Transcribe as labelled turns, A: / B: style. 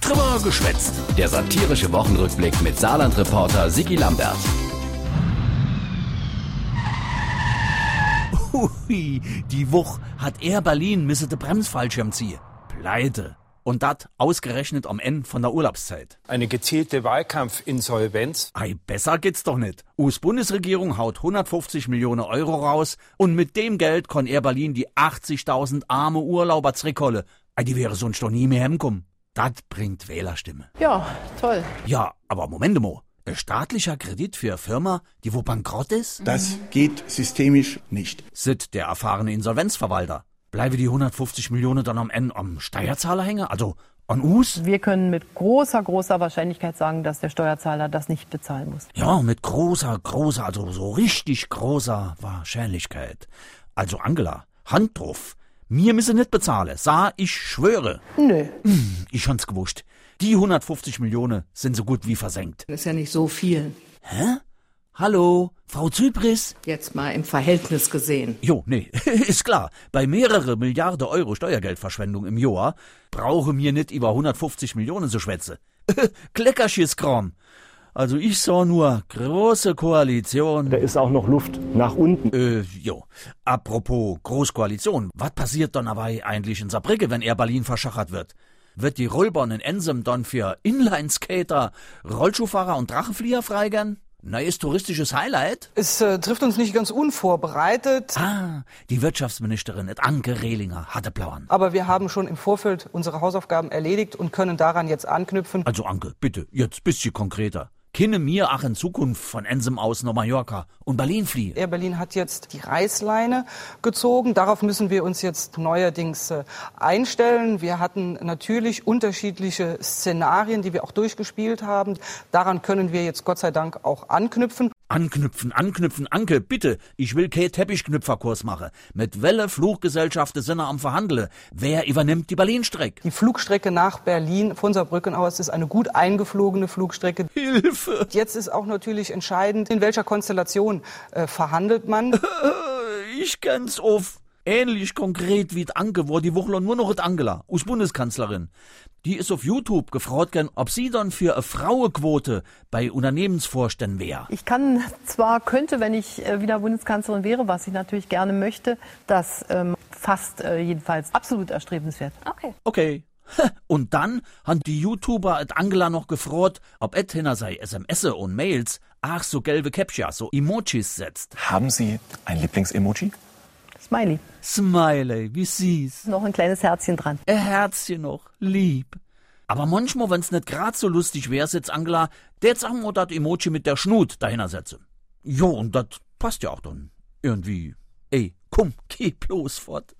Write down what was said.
A: Trimmer geschwätzt. Der satirische Wochenrückblick mit Saarland-Reporter Sigi Lambert.
B: Hui, die Woch hat er Berlin müsse de Bremsfallschirm ziehen. Pleite. Und dat ausgerechnet am Ende von der Urlaubszeit.
C: Eine gezielte Wahlkampfinsolvenz.
B: Ei, besser geht's doch nicht. US-Bundesregierung haut 150 Millionen Euro raus und mit dem Geld kann er Berlin die 80.000 arme Urlauber zurückholen. Ei, die wäre sonst doch nie mehr hemkommen. Dat bringt Wählerstimme.
D: Ja, toll.
B: Ja, aber Moment mal. Ein staatlicher Kredit für eine Firma, die wo bankrott ist?
E: Das geht systemisch nicht.
B: Sitt der erfahrene Insolvenzverwalter. Bleibe die 150 Millionen dann am Ende am Steuerzahler hängen? Also an us?
D: Wir können mit großer, großer Wahrscheinlichkeit sagen, dass der Steuerzahler das nicht bezahlen muss.
B: Ja, mit großer, großer, also so richtig großer Wahrscheinlichkeit. Also Angela, Hand drauf. Mir müsse nicht bezahlen. Sa, ich schwöre. Hm,
D: Nö.
B: Ich hab's gewusst. Die 150 Millionen sind so gut wie versenkt.
F: Das ist ja nicht so viel.
B: Hallo, Frau Zypris?
F: Jetzt mal im Verhältnis gesehen.
B: Jo, nee, ist klar. Bei mehrere Milliarden Euro Steuergeldverschwendung im Jahr brauche mir nicht über 150 Millionen zu schwätze. Kleckerschisskram. Also ich sah nur große Koalition.
G: Da ist auch noch Luft nach unten.
B: Äh, jo. Apropos Großkoalition, was passiert dann dabei eigentlich in Saarbrücke, wenn er Berlin verschachert wird? Wird die Rollbahn in Ensem dann für Inlineskater, Rollschuhfahrer und Drachenflieger freigern? Neues touristisches Highlight?
H: Es äh, trifft uns nicht ganz unvorbereitet,
B: Ah, die Wirtschaftsministerin Anke Rehlinger hatte Blauern.
H: aber wir haben schon im Vorfeld unsere Hausaufgaben erledigt und können daran jetzt anknüpfen.
B: Also Anke, bitte, jetzt bisschen konkreter. Kinne mir ach in Zukunft von Ensem aus nach Mallorca und Berlin fliehe.
H: Air Berlin hat jetzt die Reißleine gezogen. Darauf müssen wir uns jetzt neuerdings äh, einstellen. Wir hatten natürlich unterschiedliche Szenarien, die wir auch durchgespielt haben. Daran können wir jetzt Gott sei Dank auch anknüpfen.
B: Anknüpfen, anknüpfen, Anke, bitte. Ich will kein Teppichknüpferkurs machen. Mit Welle Fluggesellschaften sind wir am Verhandle. Wer übernimmt die Berlin-Streck?
H: Die Flugstrecke nach Berlin von Saarbrücken aus ist eine gut eingeflogene Flugstrecke.
B: Hilfe!
H: Jetzt ist auch natürlich entscheidend, in welcher Konstellation äh, verhandelt man.
B: Ich kenn's auf. Ähnlich konkret wie die Anke war die Woche nur noch die Angela, us Bundeskanzlerin. Die ist auf YouTube gefragt gern, ob sie dann für eine Frauenquote bei Unternehmensvorständen wäre.
D: Ich kann zwar, könnte, wenn ich äh, wieder Bundeskanzlerin wäre, was ich natürlich gerne möchte, das ähm, fast äh, jedenfalls absolut erstrebenswert.
I: Okay.
B: Okay. Und dann han die YouTuber et Angela noch gefragt, ob et hinner sei SMS -e und Mails ach so gelbe Captcha, so Emojis setzt.
J: Haben Sie ein Lieblingsemoji?
D: Smiley.
B: Smiley, wie süß.
D: Noch ein kleines Herzchen dran.
B: Ein Herzchen noch, lieb. Aber manchmal, wenn's nicht grad so lustig wär, sitzt Angela, der sagen wir dat Emoji mit der Schnut dahinter setze. Jo, und dat passt ja auch dann. Irgendwie. Ey, komm, geh bloß fort.